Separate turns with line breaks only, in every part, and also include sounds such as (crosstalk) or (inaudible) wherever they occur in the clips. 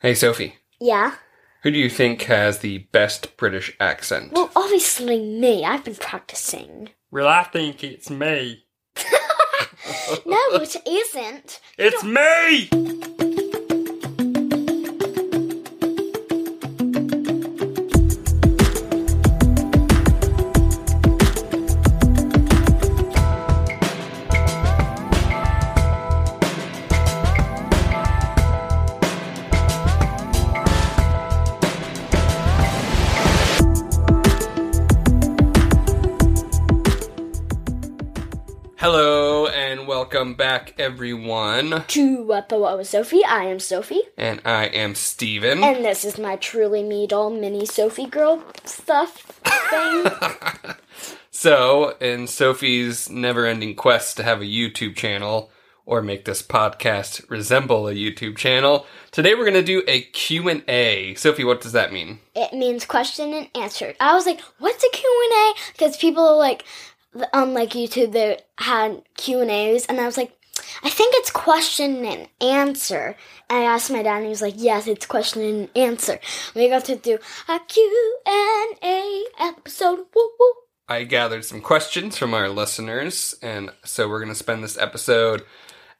Hey, Sophie,
Yeah.
who do you think has the best British accent?
Well, obviously me. I've been practicing.
Well, I think it's me.
No, it isn't.
It's me!
Hello, and welcome back, everyone.
To uh, Poa with Sophie. I am Sophie,
And I am Steven.
and this is my truly me doll mini Sophie girl stuff thing.
so, in Sophie's never ending quest to have a YouTube channel or make this podcast resemble a YouTube channel, today we're going to do a Q&A. Sophie, what does that mean?
it means question and answer. I was like, what's a Q&A? Because people are like on like YouTube that had Q&As and I was like, I think it's question and answer. And I asked my dad and he was like, yes, it's question and answer. We got to do a Q&A episode. Woo, woo.
I gathered some questions from our listeners, and so we're going to spend this episode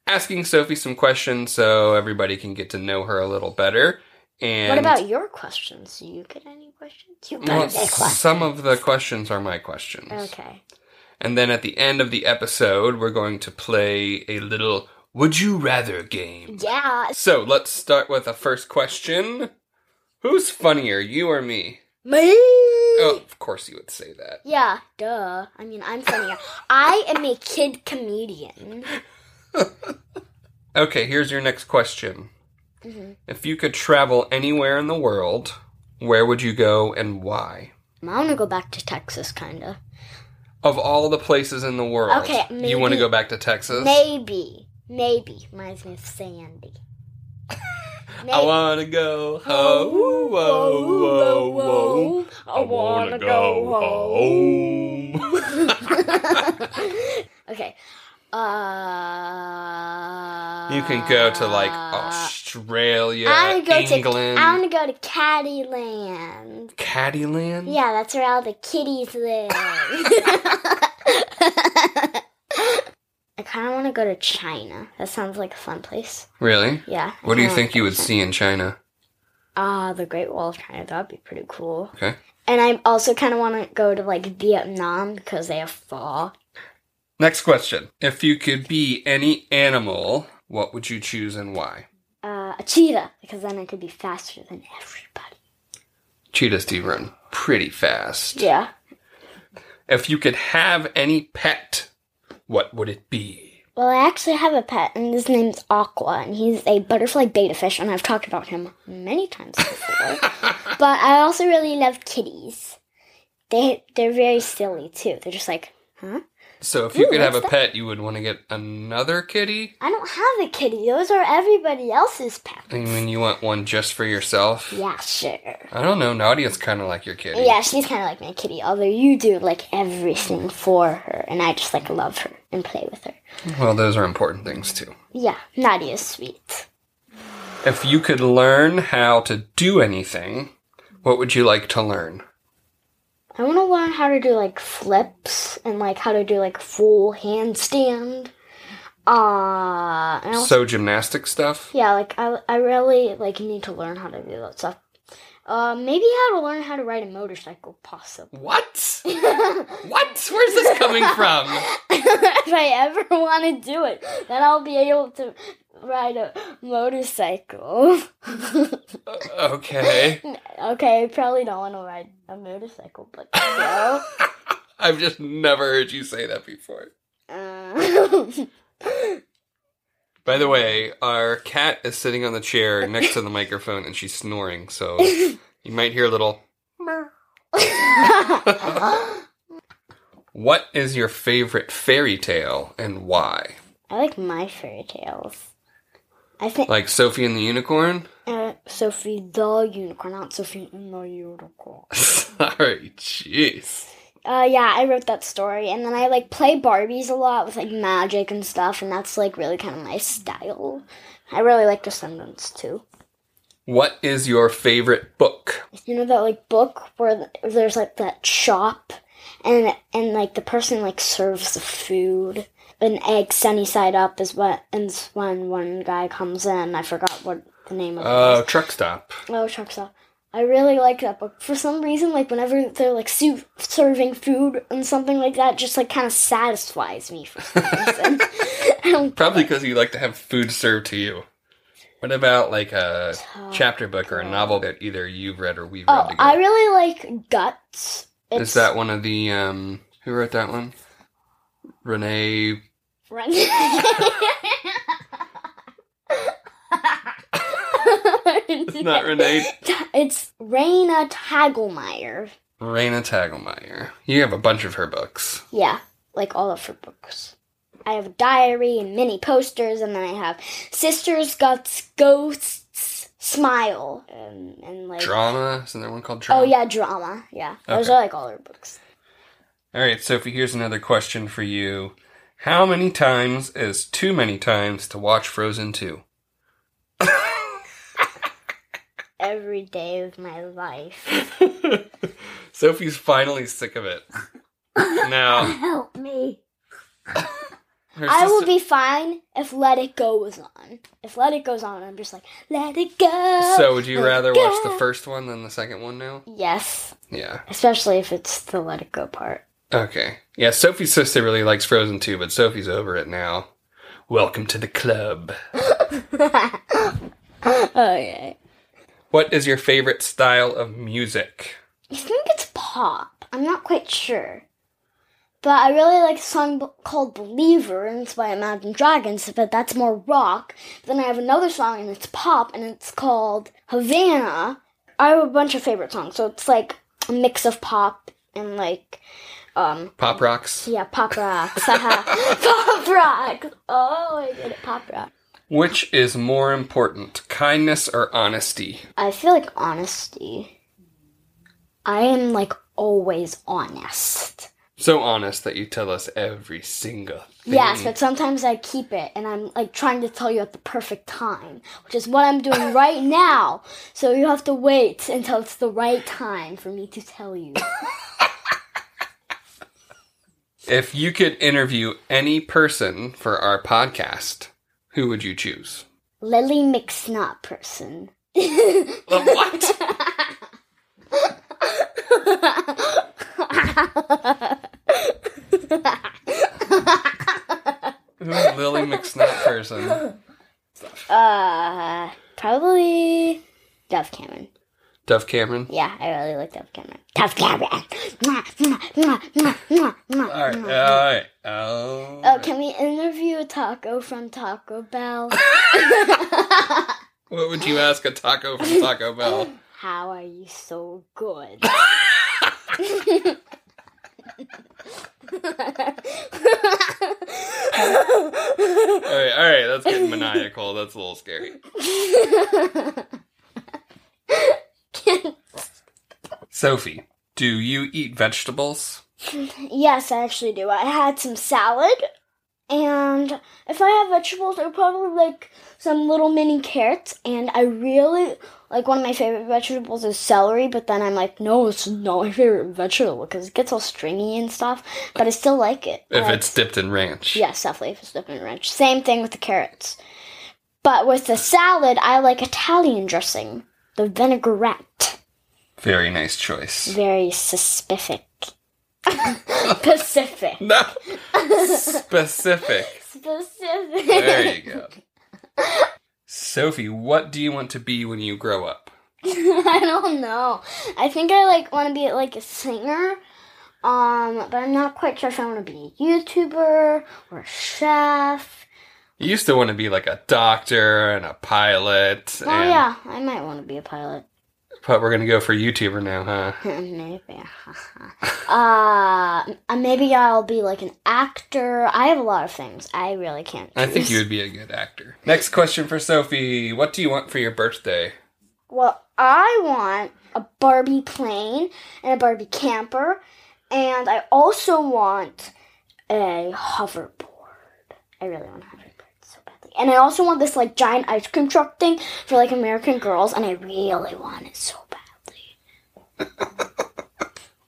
asking Sophie some questions so everybody can get to know her a little better. And
What about your questions? Do you get any questions? You
Well,
got any questions?
some of the questions are my questions.
Okay.
And then at the end of the episode, we're going to play a little Would You Rather game.
Yeah,
So let's start with the first question Who's funnier, you or me?
me.
Oh, of course you would say that.
Yeah, duh. I mean, I'm funnier. I am a kid comedian.
Okay, here's your next question.
Mhm.
If you could travel anywhere in the world, where would you go and why?
I want to go back to Texas, kinda.
Of all the places in the world,
Okay,
you want to
maybe-
go back to Texas?
Maybe, maybe reminds me
(laughs)
of Sandy. Maybe.
I want to
Oh,
go home. whoa, whoa, whoa.
I wanna go home. (laughs) okay. Uh.
you can go to like Australia,
I wanna go
England,
to. I want to go to Caddyland.
Caddyland.
Yeah, that's where all the kitties
(laughs)
live. I kind of want to go to China. That sounds like a fun place.
Really?
Yeah. I
What do you
kinda
think
wanna
you
go
would
to China.
see in China?
Ah, the Great Wall of China. That'd be pretty cool.
Okay.
And I also kind of want to go to like Vietnam because they have pho.
Next question. If you could be any animal, what would you choose and why?
Uh, a cheetah because then I could be faster than everybody.
Cheetahs do run pretty fast.
Yeah.
If you could have any pet, what would it be?
Well, I actually have a pet, and his name's Aqua, and he's a butterfly beta fish, and I've talked about him many times before. but I also really love kitties. They they're very silly too. They're just like, huh?
So if you
Ooh,
could have a
what's
pet, you would want to get another kitty?
I don't have a kitty. Those are everybody else's pets.
I mean, you want one just for yourself?
Yeah, sure.
I don't know. Nadia's kind of like your kitty.
Yeah, she's kind of like my kitty, although you do like everything for her, and I just like love her and play with her.
Well, those are important things too.
Yeah, Nadia's sweet.
If you could learn how to do anything, what would you like to learn?
I want to learn how to do like flips and like how to do like full handstand. Uh, and I also-
So gymnastic stuff?
yeah, like I, I really like need to learn how to do that stuff. Uh, maybe how to learn how to ride a motorcycle, possibly. (laughs)
What? what? Where's this coming from?
(laughs) if I ever (laughs) want to do it, then I'll be able to ride a motorcycle. (laughs)
Okay.
okay, I probably don't want to ride a motorcycle, but you know. (laughs)
I've just never heard you say that before.
Uh, (laughs)
By the way, our cat is sitting on the chair next
(laughs)
to the microphone and she's snoring, so you might hear a little.
I
What is your favorite fairy tale and why?
like my fairy tales. I think
Like Sophie and the Unicorn? (laughs)
uh, Sophie the unicorn, not Sophie and the unicorn.
Sorry, jeez.
Uh, yeah, I wrote that story, and then I like play Barbies a lot with like magic and stuff, and that's like really kind of my style. I really like Descendants too.
What is your favorite book?
You know that like book where th- there's like that shop, and and like the person like serves the food. An egg sunny side up is what is when one guy comes in. I forgot what the name of it was.
Uh, Truck Stop.
Oh, truck stop. I really like that book. For some reason, like whenever they're like su- serving food and something like that, just like kind of satisfies me
(laughs)
for some reason. (laughs) I don't
Probably because you like to have food served to you. What about like a chapter book or a novel that either you've read or we've read
Oh,
together?
I really like guts.
Is that one of the um who wrote that one? Renee
Ren-
It's not Renee
It's Raina Tagelmeyer.
Raina Tagelmeyer. You have a bunch of her books.
Yeah, like all of her books. I have a diary and mini posters, and then I have Sisters, Guts, Ghosts, Smile, and, and like.
Drama, isn't there one called drama?
Oh, yeah, drama. Yeah. Those
Okay.
are like all her books.
Alright, Sophie, here's another question for you. How many times is too many times to watch Frozen (laughs) 2?
Every day of my life.
Sophie's finally sick of it. Now
(laughs) Help me.
her
I will
sister-
be fine if Let It Go was on. If Let It Goes on, I'm just like, Let It Go.
So would you
Let It
rather watch
Go."
the first one than the second one now?
Yes,
Yeah.
especially if it's the Let It Go part. (laughs)
Okay. Yeah, Sophie's sister really likes Frozen too, but Sophie's over it now. Welcome to the club.
okay.
What is your favorite style of music?
I think it's pop. I'm not quite sure. But I really like a song b- called Believer, and it's by Imagine Dragons, but that's more rock. Then I have another song, and it's pop, and it's called Havana. I have a bunch of favorite songs, so it's like a mix of pop and like, um,
Pop rocks?
yeah, pop rocks. (laughs) pop rocks! Oh, I did it, pop rock.
Which is more important, kindness or honesty?
I feel like honesty. I am like always honest.
So honest that you tell us every single thing.
Yes, but sometimes I keep it and I'm like trying to tell you at the perfect time, which is what I'm doing right now. So you have to wait until it's the right time for me to tell you.
If you could interview any person for our podcast, who would you choose?
Lily McSnot person.
Uh, what? Who's Lily McSnot person?
uh, probably Dove Cameron.
Dove Cameron?
Yeah, I really like Dove Cameron. Dove Cameron. Mwah, mwah, mwah, mwah, mwah, mwah,
Alright,
mwah.
alright. Oh.
Oh, can we interview Taco from Taco Bell? (laughs)
What would you ask a taco from Taco
(laughs)
Bell?
How are you so good? (laughs)
All right, all right, that's getting maniacal. That's a little scary. Sophie, do you eat vegetables?
yes, I actually do. I had some salad, and if I have vegetables, I probably like some little mini carrots. And I really like one of my favorite vegetables is celery, but then I'm like, no, it's not my favorite vegetable because it gets all stringy and stuff. But I still like it. I
If
like
it's dipped in ranch.
Yes, definitely if it's dipped in ranch. Same thing with the carrots. But with the salad, I like Italian dressing, the vinaigrette.
Very nice choice.
Very specific. (laughs) Pacific.
No.
(laughs)
Specific.
Specific.
There you go. Sophie, what do you want to be when you grow up?
(laughs) I don't know. I think I like want to be like a singer. Um, but I'm not quite sure if I want to be a YouTuber or a chef.
You used to want to be like a doctor and a pilot.
Oh
and-
yeah, I might want to be a pilot. (laughs)
But we're going to go for YouTuber now, huh?
maybe. (laughs) uh, m- maybe I'll be like an actor. I have a lot of things. I really can't.
I think you would be a good actor. Next question for Sophie. What do you want for your birthday?
Well, I want a Barbie plane and a Barbie camper, and I also want a hoverboard. I really want a hoverboard so badly. And I also want this like giant ice cream truck thing for like American girls, and I really want it so badly.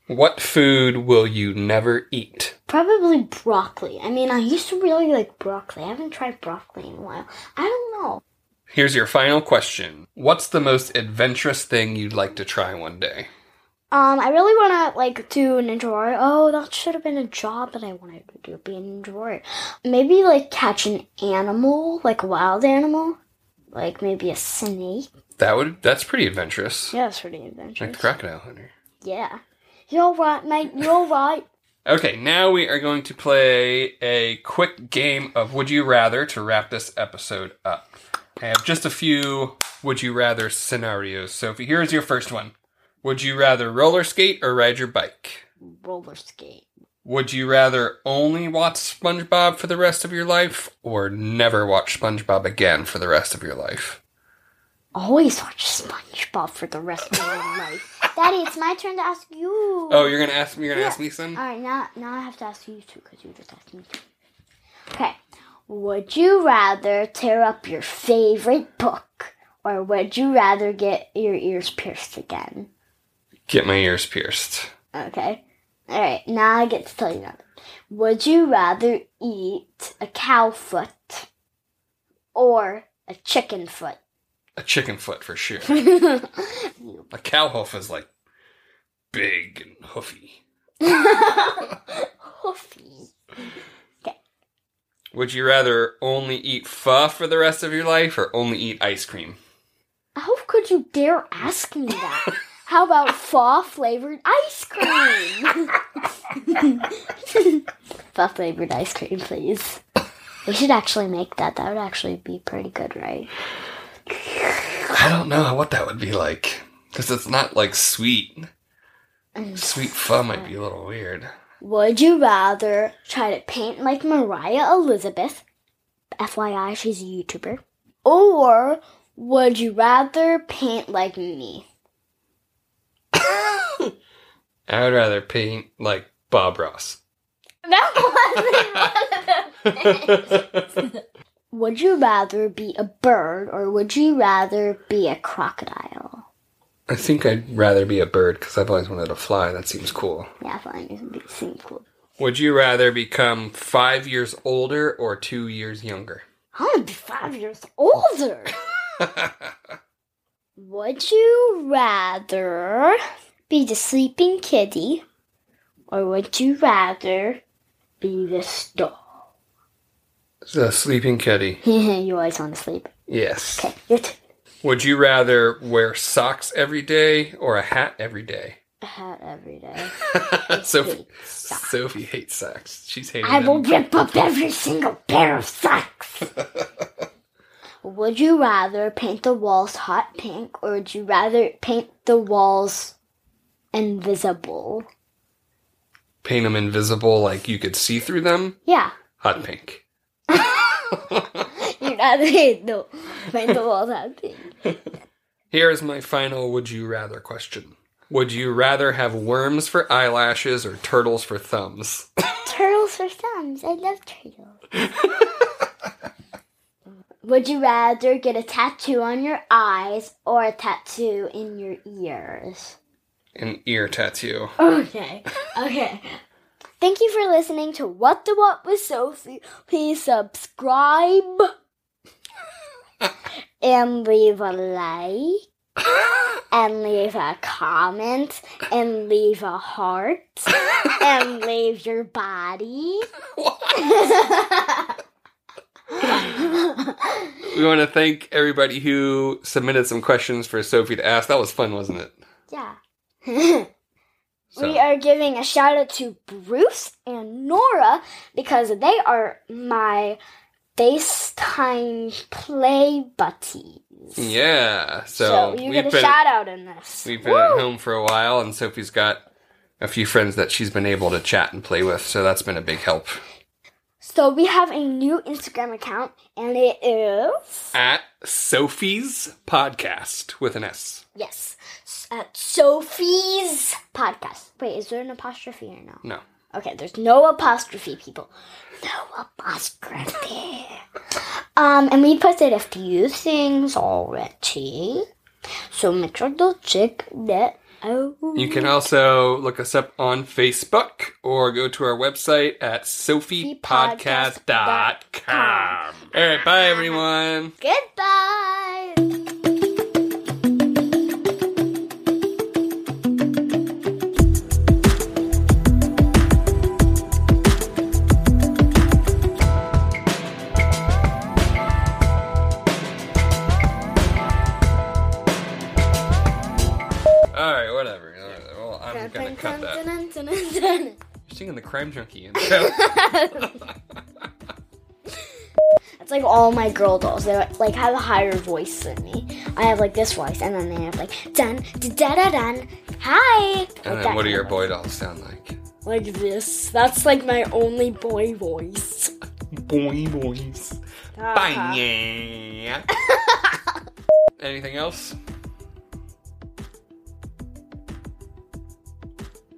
What food will you never eat?
Probably broccoli. I mean, I used to really like broccoli. I haven't tried broccoli in a while. I don't know.
Here's your final question. What's the most adventurous thing you'd like to try one day?
Um, I really want to like do ninja warrior. Oh, that should have been a job that I wanted to do, be a ninja warrior. Maybe like catch an animal, like a wild animal, like maybe a snake.
That would that's pretty adventurous.
Yeah, that's pretty
Like the
adventurous.
crocodile hunter.
Yeah, you're right, mate. You're right.
Okay, now we are going to play a quick game of Would You Rather to wrap this episode up. I have just a few Would You Rather scenarios. Sophie, here's your first one. Would you rather roller skate or ride your bike?
Roller skate.
Would you rather only watch SpongeBob for the rest of your life or never watch SpongeBob again for the rest of your life?
Always watch SpongeBob for the rest of
(laughs)
my life. Daddy, it's my turn to ask you.
Oh, you're gonna ask me you're gonna
Yeah. Uh,
ask me some?
All right, now now I have to ask you two because you just asked me. Two. Okay, would you rather tear up your favorite book, or would you rather get your ears pierced again?
Get my ears pierced.
Okay. All right, now I get to tell you another. Would you rather eat a cow foot or a chicken foot? (laughs)
A chicken foot for sure.
You-
A cow hoof is like big and hoofy.
Hoofy.
Would you rather only eat pho for the rest of your life or only eat ice cream?
How could you dare ask me that? How about pho flavored ice cream? pho flavored ice cream, please. We should actually make that. That would actually be pretty good, right?
I don't know what that would be like. Because it's not like sweet.
And
Sweet pho might be a little weird.
Would you rather try to paint like Mariah Elizabeth? FYI, she's a YouTuber. Or would you rather paint like me?
(laughs) I would rather paint like Bob Ross.
That wasn't one of them. Would you rather be a bird or would you rather be a crocodile?
I think I'd rather be a bird because I've always wanted to fly. That seems cool.
Yeah, flying would be seem cool.
Would you rather become five years older or two years younger?
I want to be five years older. would you rather be the sleeping kitty or would you rather be the star? (laughs)
The sleeping kitty.
you always want to sleep.
Yes.
Okay, your (laughs) turn.
Would you rather wear socks every day or a hat every day? (laughs)
A hat every day.
Sophie,
hate socks.
Sophie hates socks. She's hating
I will
them.
rip up every single pair of socks. would you rather paint the walls hot pink or would you rather paint the walls invisible?
Paint them invisible like you could see through them.
Yeah. (laughs)
Hot pink.
You'd rather paint the, paint the walls hot pink.
Here is my final would you rather question. Would you rather have worms for eyelashes or turtles for thumbs?
Turtles for thumbs. I love turtles. (laughs) would you rather get a tattoo on your eyes or a tattoo in your ears?
An ear tattoo. (laughs)
Okay. Okay. Thank you for listening to What the What with Sophie. Please (laughs) subscribe and leave a like and leave a comment and leave a heart (laughs) and leave your (laughs) body.
We want to thank everybody who submitted some questions for Sophie to ask. That was fun, wasn't it? (laughs)
yeah. we are giving a shout out to Bruce and Nora because they are my FaceTime play buddies.
Yeah.
So,
So,
you
we've
get a
been,
shout out in this.
we've been at home for a while, and Sophie's got a few friends that she's been able to chat and play with. So that's been a big help.
So we have a new Instagram account and it is
At Sophie's podcast with an S.
yes s- at Sophie's podcast. Wait, is there an apostrophe or no?
No.
Okay, there's no apostrophe, people. No apostrophe. um, and we posted a few things already. So make sure to check that out.
You can also look us up on Facebook or go to our website at sophiepodcast.com. All right, bye everyone.
Goodbye.
All right, whatever. All right, Well, I'm going to cut that. You're singing the crime junkie intro.
That's like all my girl dolls. They like have a higher voice than me. I have like this voice, and then they have like dun da da da dun. Hi. Like
and
that
then what do
kind
your
of
boy dolls sound like?
voice. Like this. That's like my only boy voice.
Boy boys. Bye. yeah. Anything else?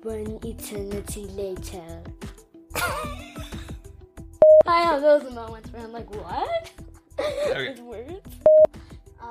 One eternity later. (laughs) I have those moments where I'm like, what?
Okay.
(laughs) With words. Uh...